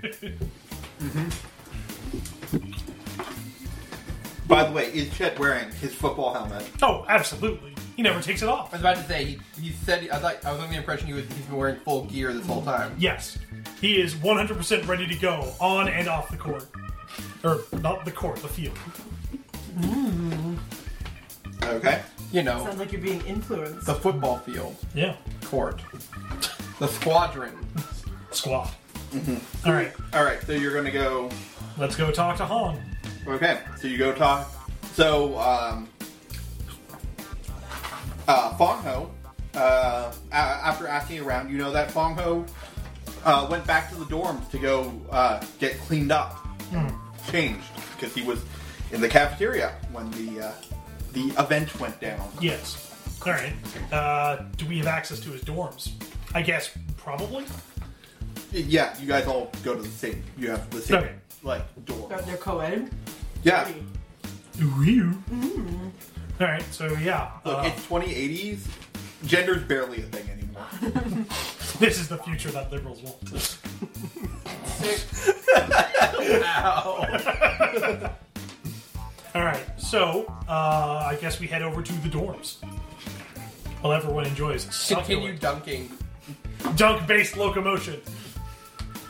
By the way, is Chet wearing his football helmet? Oh, absolutely. He never takes it I off. was about to say he, he said I thought I was under the impression he was he's been wearing full gear this whole time. Yes. He is 100% ready to go on and off the court. Or not the court, the field. Okay. You know, Sounds like you're being influenced. the football field, Yeah. court, the squadron. Squad. All right. All right. So you're gonna go. Let's go talk to Han. Okay. So you go talk. So um, uh, Fong Ho. Uh, a- after asking around, you know that Fong Ho uh, went back to the dorms to go uh, get cleaned up, changed because he was in the cafeteria when the uh, the event went down. Yes. All right. Uh, do we have access to his dorms? I guess probably. Yeah, you guys all go to the same. You have the same Okay. like door. They're- Theyey're co-ed. Yeah. All right. So yeah, Look, uh, it's 2080s. Gender's barely a thing anymore. (laughs) this is the future that liberals want. All right, so uh, I guess we head over to the dorms. While everyone enjoys Continue succulent dunking. dunk-based locomotion.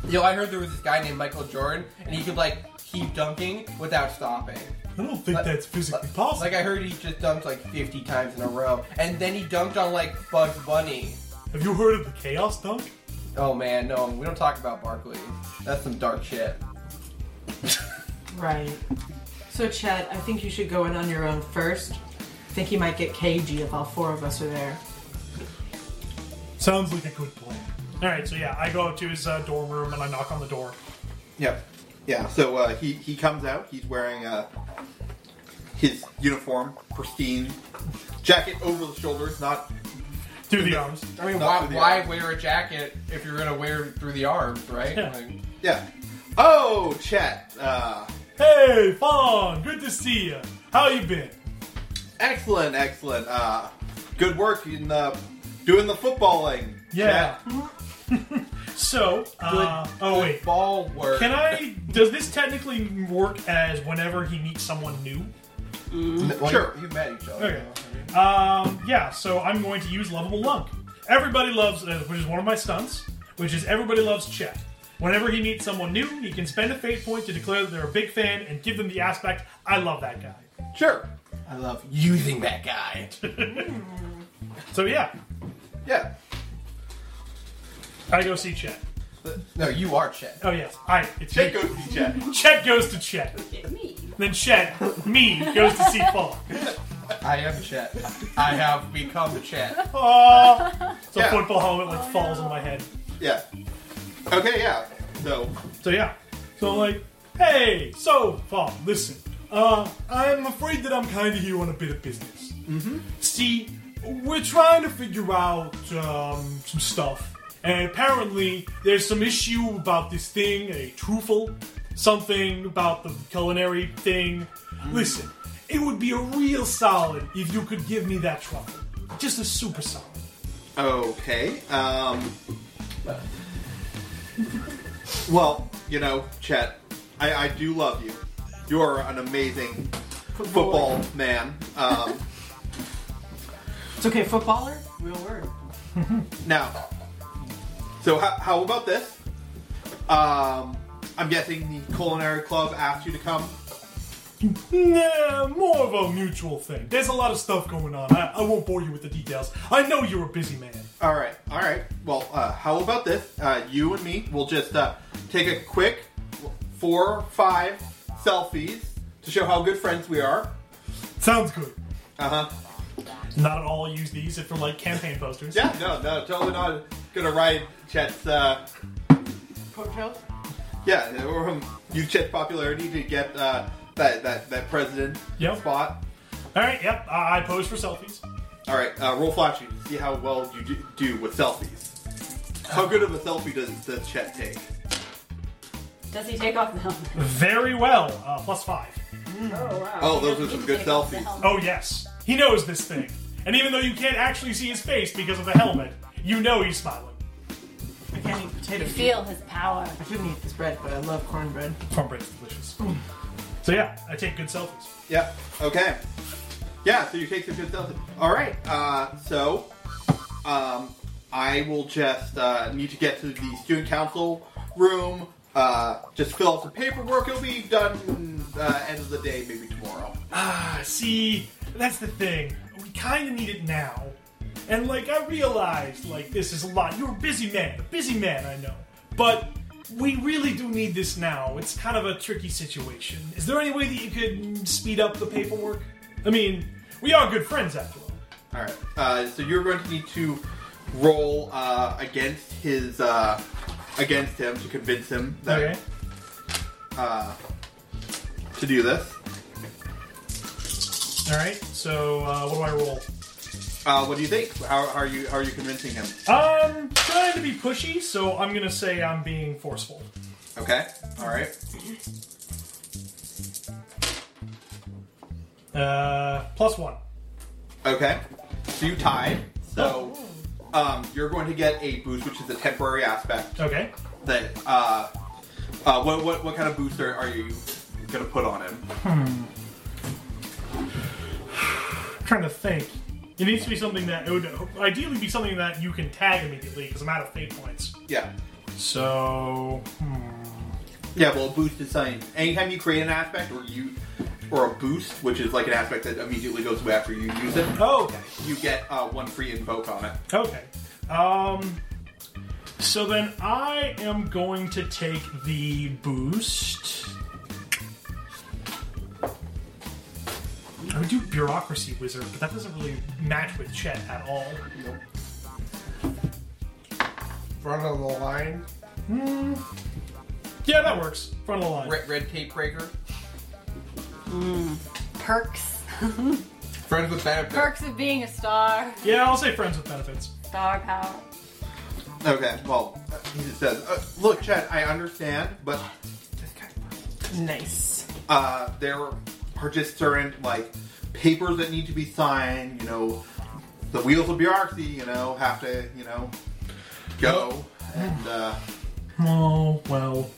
Yo, I heard there was this guy named Michael Jordan, and he could like keep dunking without stopping. I don't think Like- that's physically possible. Like I heard he just dunked like 50 times in a row, and then he dunked on like Bugs Bunny. Have you heard of the chaos dunk? Oh man, no, we don't talk about Barkley. That's some dark shit. Right. So, Chad, I think you should go in on your own first. I think you might get cagey if all four of us are there. Sounds like a good plan. All right, so yeah, I go up to his uh, dorm room and I knock on the door. Yep. Yeah. So uh, he he comes out. He's wearing uh, his uniform, pristine jacket over the shoulders, not Through (laughs) the arms. I mean, Not why, for the why arms. wear a jacket if you're gonna wear it through the arms, right? Yeah. Like, Yeah. Oh, chat. Uh, Hey, Fawn, good to see you. How you been? excellent, excellent. Uh, good work in the doing the footballing. Yeah. Chat. (laughs) So, uh, oh good wait, ball work. can I? Does this technically work as whenever he meets someone new? Well, Sure. You, you met each other. Okay. Um, yeah, so I'm going to use lovable lunk. Everybody loves, uh, which is one of my stunts, which is everybody loves Chet. Whenever he meets someone new, he can spend a fate point to declare that they're a big fan and give them the aspect "I love that guy." Sure. I love using that guy. So yeah, Yeah. I go see Chet. no, you are Chet. Oh yes, I. It's Chet me. goes to see chat. Chet goes to Chet. Get me. Then Chet, me, goes to see Paul. I am Chet. I have become Chet. Oh, so Yeah. football helmet like falls on my head. Yeah. Okay. Yeah. So So yeah. So I'm like, hey, so Paul, listen. Uh, I'm afraid that I'm kind of here on a bit of business. Mm-hmm. See, we're trying to figure out um, some stuff, and apparently there's some issue about this thing, a truffle, something about the culinary thing. Listen, it would be a real solid if you could give me that truffle, just a super solid. okay. Um. Well, you know, Chet, I, I do love you. You are an amazing football man. Um, It's okay, footballer? Real word. Now, so how, how about this? Um, I'm guessing the culinary club asked you to come. Nah, more of a mutual thing. There's a lot of stuff going on. I, I won't bore you with the details. I know you're a busy man. All right, all right. Well, uh, how about this? Uh, you and me will just uh, take a quick four, five selfies to show how good friends we are. Sounds good. Uh huh. Not at all use these if they're like campaign posters. Yeah. No, no, totally not gonna ride Chet's. Uh, Coattails? yeah, or um, use Chet's popularity to get uh, that that that president Yep. spot. All right. Yep. I, I pose for selfies. All right, uh, roll flashy to see how well you do, do with selfies. How good of a selfie does does Chet take? Does he take off the helmet? Very well. Uh, plus five. (laughs) Oh wow. Oh, those are some good Take off the selfies. helmet. Oh yes. He knows this thing. And even though you can't actually see his face because of the helmet, you know he's smiling. I can't eat potato You feet. feel his power. I shouldn't eat this bread, but I love cornbread. Cornbread's delicious. So yeah, I take good selfies. Yep. Okay. Yeah. So you take some good selfies. All right. Uh, so, um, I will just uh, need to get to the student council room. Uh, just fill out some paperwork. It'll be done uh, end of the day, maybe tomorrow. Ah, see, that's the thing. We kind of need it now. And, like, I realized, like, this is a lot. You're a busy man, a busy man, I know. But we really do need this now. It's kind of a tricky situation. Is there any way that you could mm, speed up the paperwork? I mean, we are good friends after all. All right. Uh, so you're going to need to roll uh, against his uh, against him to convince him that Okay. uh, to do this. Alright, so uh, what do I roll? Uh, what do you think? How, how are you? How are you convincing him? I'm trying to be pushy, so I'm gonna say I'm being forceful. Okay. All right. Uh, plus one. Okay. So you tied. So um, you're going to get a boost, which is a temporary aspect Okay. that uh, Uh, what, what what kind of booster are you gonna put on him? I'm trying to think. It needs to be something that it would ideally be something that you can tag immediately because I'm out of fate points. Yeah, So hmm. yeah. Well, boost is something. Anytime you create an aspect or you or a boost, which is like an aspect that immediately goes away after you use it, oh, okay, you get uh, one free invoke on it. okay. Um, so then I am going to take the boost. I would do bureaucracy wizard, but that doesn't really match with Chet at all. Front of the line. Hmm. Yeah, that works. Front of the line. Red, red tape breaker. Perks. (laughs) Friends with benefits. Perks of being a star. Yeah, I'll say friends with benefits. Star power. Okay. Well, uh, he just says, uh, "Look, Chad, I understand, but Nice. uh, there are just certain like papers that need to be signed. You know, the wheels of bureaucracy. You know, have to you know go and uh, Oh well.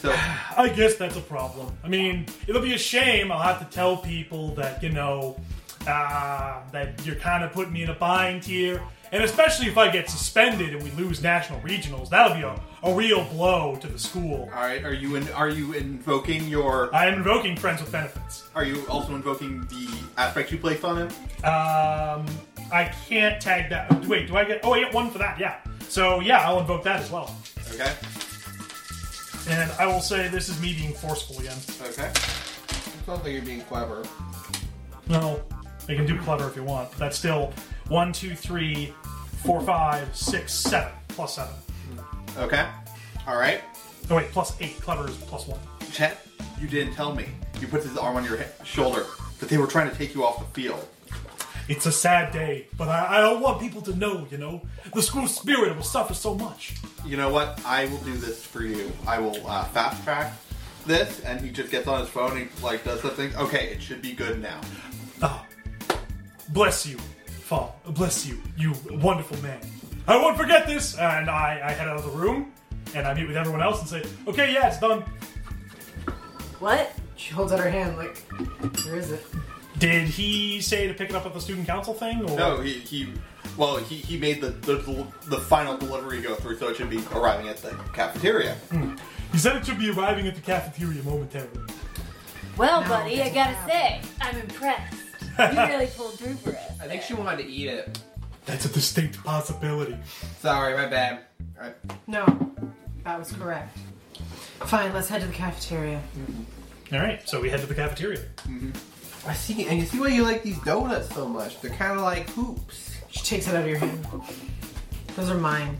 so." I guess that's a problem. I mean, it'll be a shame. I'll have to tell people that, you know, uh, that you're kind of putting me in a bind here. And especially if I get suspended and we lose national regionals, that'll be a, a real blow to the school. All right. Are you in, are you invoking your? I am invoking friends with benefits. Are you also invoking the aspect you placed on him? Um, I can't tag that. Wait, do I get? Oh, I get one for that. Yeah. So yeah, I'll invoke that as well. Okay. And I will say this is me being forceful again. Okay. It sounds like you're being clever. No, you can do clever if you want. but That's still one, two, three, four, five, six, seven plus seven. Okay. All right. Oh wait, plus eight. Clever is plus one. Chet, you didn't tell me. You put his arm on your he- shoulder that they were trying to take you off the field. It's a sad day, but I, I don't want people to know. You know, the school spirit will suffer so much. You know what? I will do this for you. I will uh, fast track this, and he just gets on his phone and like does the thing. Okay, it should be good now. Ah, bless you, Fall. Bless you, you wonderful man. I won't forget this. And I, I head out of the room, and I meet with everyone else and say, "Okay, yeah, it's done." What? She holds out her hand like, where is it? Did he say to pick it up at the student council thing? Or? No, he he. Well, he, he made the, the the final delivery go through, so it should be arriving at the cafeteria. He said it should be arriving at the cafeteria momentarily. Well, buddy, I gotta say, I'm impressed. (laughs) You really pulled through for us. I think she wanted to eat it. That's a distinct possibility. Sorry, my bad. I, No, that was correct. Fine, let's head to the cafeteria. All right, so we head to the cafeteria. I see, and you see why you like these donuts so much. They're kind of like hoops. (laughs) She takes it out of your hand. Those are mine.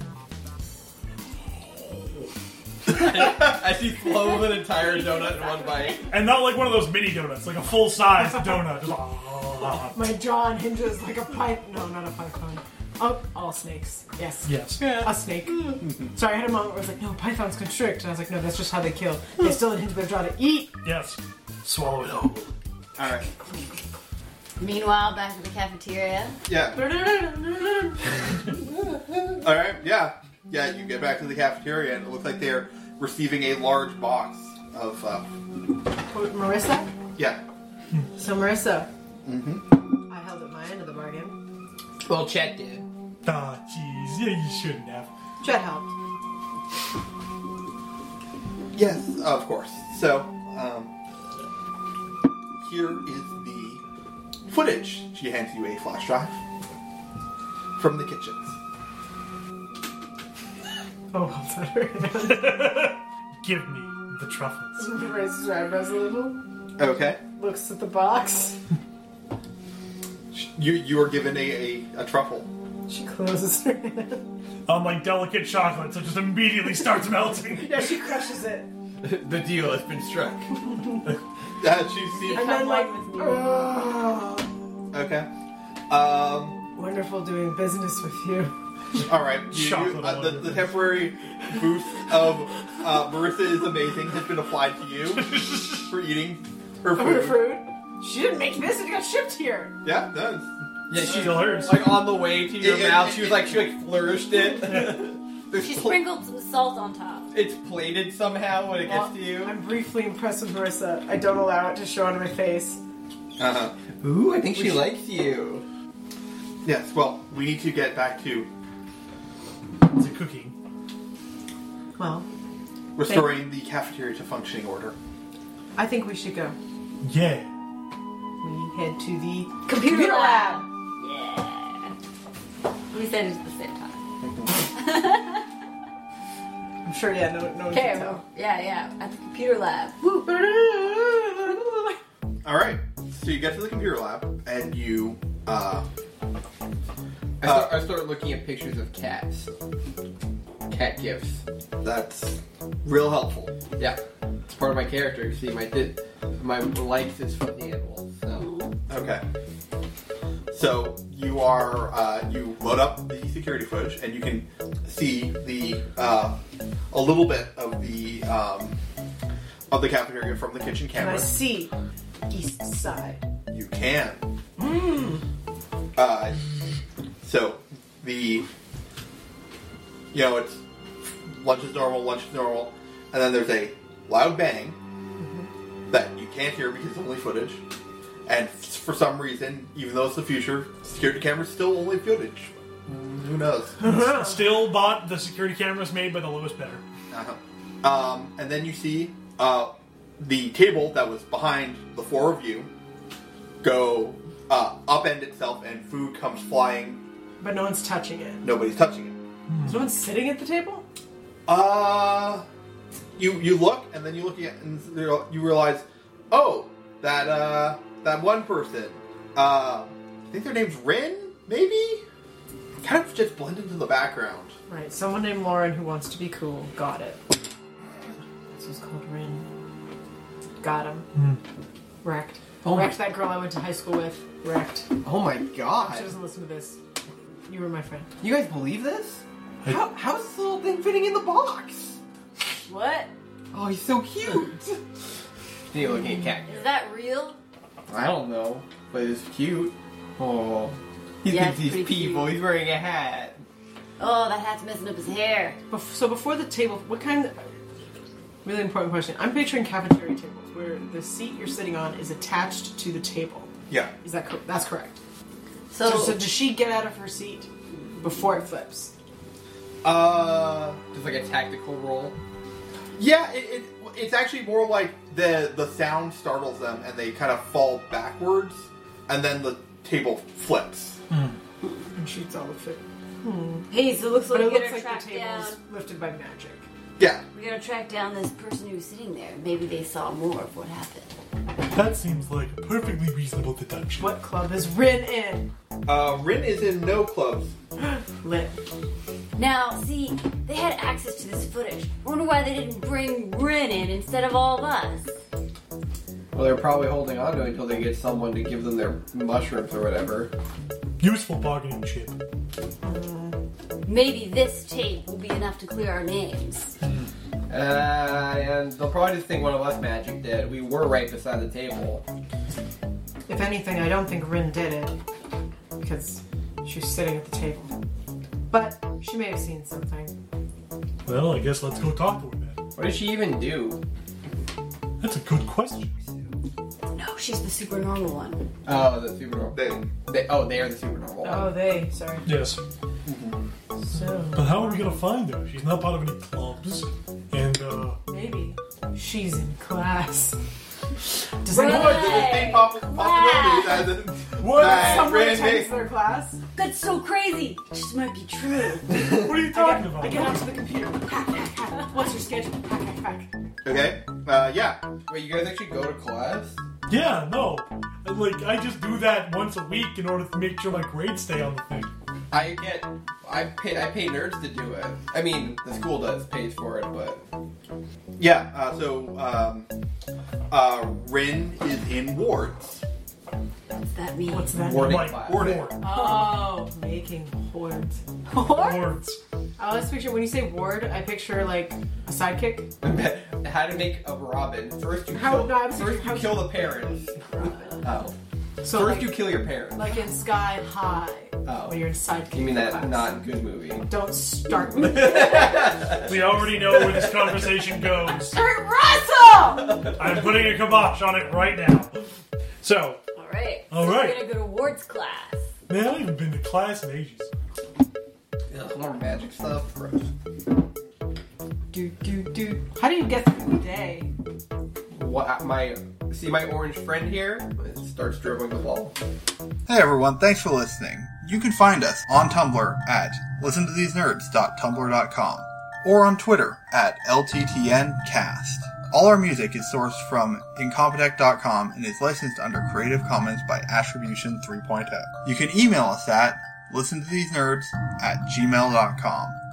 I see slow an entire donut in one bite. And not like one of those mini donuts, like a full (laughs) size donut. Just, ah. My jaw unhinges like a pipe. No, not a python. Oh, all snakes. Yes. yes. A snake. Sorry, I had a moment where I was like, no, pythons constrict. And I was like, no, that's just how they kill. They still unhinge their jaw to eat. Yes. Swallow it whole. All right. Meanwhile, back at the cafeteria. Yeah. All right. Yeah. Yeah. You get back to the cafeteria, and it looks like they're receiving a large box of. Uh, Quote Marissa? yeah. So, Marissa. Mm-hmm. I held up my end of the bargain. Well, Chet did. Ah, jeez. Yeah, you shouldn't have. Chet helped. Yes, of course. So, um, here is the footage. She hands you a flash drive from the kitchens. Oh, holds out her hand. (laughs) Give me the truffles. Raises her eyebrows a little. Okay. Looks at the box. Sh- You you are given a, a, a truffle. (laughs) She closes her hand. I'm like Oh, delicate chocolate, so it just immediately starts (laughs) melting. Yeah, she crushes it. (laughs) the deal has been struck. Uh, she sees. And then, like, "Oh, Okay. Um. wonderful doing business with (laughs) you. All right, you, you, Chocolate uh, the, all the over. temporary boost of uh, Marissa is amazing has been applied to (laughs) you for eating her Her food. fruit. She didn't make this, it got shipped here. Yeah, that's Yeah, she Still hers. like on the way to your Yeah, yeah, mouth. yeah, She was yeah. (laughs) like she like flourished it. the it's She pl- sprinkled some salt on top. it's plated somehow when it gets to you. I'm briefly impressed with Marissa. I don't allow it to show on my face. Uh-huh. Ooh, I think she likes you. Yes, well, we need to get back to It's a cookie. Well, restoring the cafeteria to functioning order. I think we should go. Yeah. We head to the Computer lab. Yeah. We said it at the same time. I'm sure, yeah, no, no one Okay. can tell. Yeah, yeah. At the computer lab. All right. So you get to the computer lab and you uh, I start, I start looking at pictures of cats. Cat gifts. that's real helpful. Yeah, it's part of my character. You see, my di- my likes is for animals. So Okay. So you are uh, you load up the security footage and you can see the uh, a little bit of the um, of the cafeteria from the kitchen And I camera. see East Side. You can. Uh, so the you know it's lunch is normal, lunch is normal, and then there's a loud bang that you can't hear because it's only footage. And f- for some reason, even though it's the future, security camera's still only footage. Who knows? (laughs) Still bought the security cameras made by the lowest bidder. Uh-huh. (coughs) Um, and then you see uh, the table that was behind the four of you go uh, upend itself, and food comes flying. But no one's touching it. Nobody's touching it. Is no one sitting at the table? Uh, you you look, and then you look at, and there- you realize, oh, that uh, that one person. Uh, I think their name's Rin, maybe. Kind of just blend into the background. Right, someone named Lauren who wants to be cool. Got it. This was called Rin. Got him. Wrecked. Hmm. Oh my- Wrecked that girl I went to high school with. Wrecked. Oh my She god! doesn't listen to this. You were my friend. You guys believe this? I- How how's this little thing fitting in the box? What? Oh, he's so cute. (laughs) See, looking at cat. Is that real? I don't know, but it's cute. Oh, he Yeah, thinks it's he's pretty people. cute. He's wearing a hat. Oh, that hat's messing up his hair. Bef- so before the table, what kind? really important question. I'm picturing cafeteria tables where the seat you're sitting on is attached to the table. Yeah. Is that co- that's correct? So, So, so does she get out of her seat before it flips? Uh. Just like a tactical role. Yeah, it, it, it's actually more like the the sound startles them and they kind of fall backwards, and then the table flips. And shoots all of it. hey, so it looks But it like we looks gotta like track the down. table's lifted by magic. Yeah, We gotta track down this person who's sitting there. Maybe they saw more of what happened. That seems like a perfectly reasonable deduction. What club is Rin in? uh, Rin is in no clubs. Lit. Now, see, they had access to this footage. I wonder why they didn't bring Rin in instead of all of us. Well, they're probably holding on to it until they get someone to give them their mushrooms or whatever. Useful bargaining chip. Maybe this tape will be enough to clear our names. Uh, and they'll probably just think one of us magic did. We were right beside the table. If anything, I don't think Rin did it because she was sitting at the table. But she may have seen something. Well, I guess let's go talk to her then. What did she even do? That's a good question. No, she's the super normal one. Oh, the super. They, They, oh, they are the super normal. Oh, they. Sorry. Yes. So. But how are we gonna find her? She's not part of any clubs. And, uh, Maybe she's in class. Does Right. anyone there's a big pop- possibility that, that someone Rin attends may- their class? That's so crazy! It just might be true. what are you I talking get, about? I get onto the computer. (laughs) Hack, hack, hack. What's your schedule? Hack, hack, hack. Okay, uh, yeah, Wait, you guys actually go to class? Yeah, no. Like, I just do that once a week in order to make sure my grades stay on the thing. I get. I pay. I pay nerds to do it. I mean, the school does pays for it, but (laughs) yeah. Uh, so, um, uh, Rin is in wards. What's that mean? What's that? boarding Like, class. Boarding. ward. Oh, making hordes. Wards. I always picture when you say ward, I picture like a sidekick. How to make a Robin? First you How- kill. no, I was first thinking you how- kill the parents. Oh. So first like, you kill your parents. like in Sky High, Oh. when you're in sidekick. you mean that class. not good movie? (laughs) Don't start with. We already know where this conversation goes. Kurt Russell! I'm putting a kibosh on it right now. So, Alright. All so right. We're gonna go to Ward's class. man, I haven't even been to class in ages. Ugh, more magic stuff. Gross. Do, do, do. How do you get through the day? What my see my orange friend here it starts dribbling the ball. Hey everyone, thanks for listening. You can find us on Tumblr at listentothesenerds.tumblr.com or on Twitter at LTTNcast. All our music is sourced from incompetech.com and is licensed under Creative Commons by oh. Attribution 3.0. You can email us at listentothesenerds at gmail.com.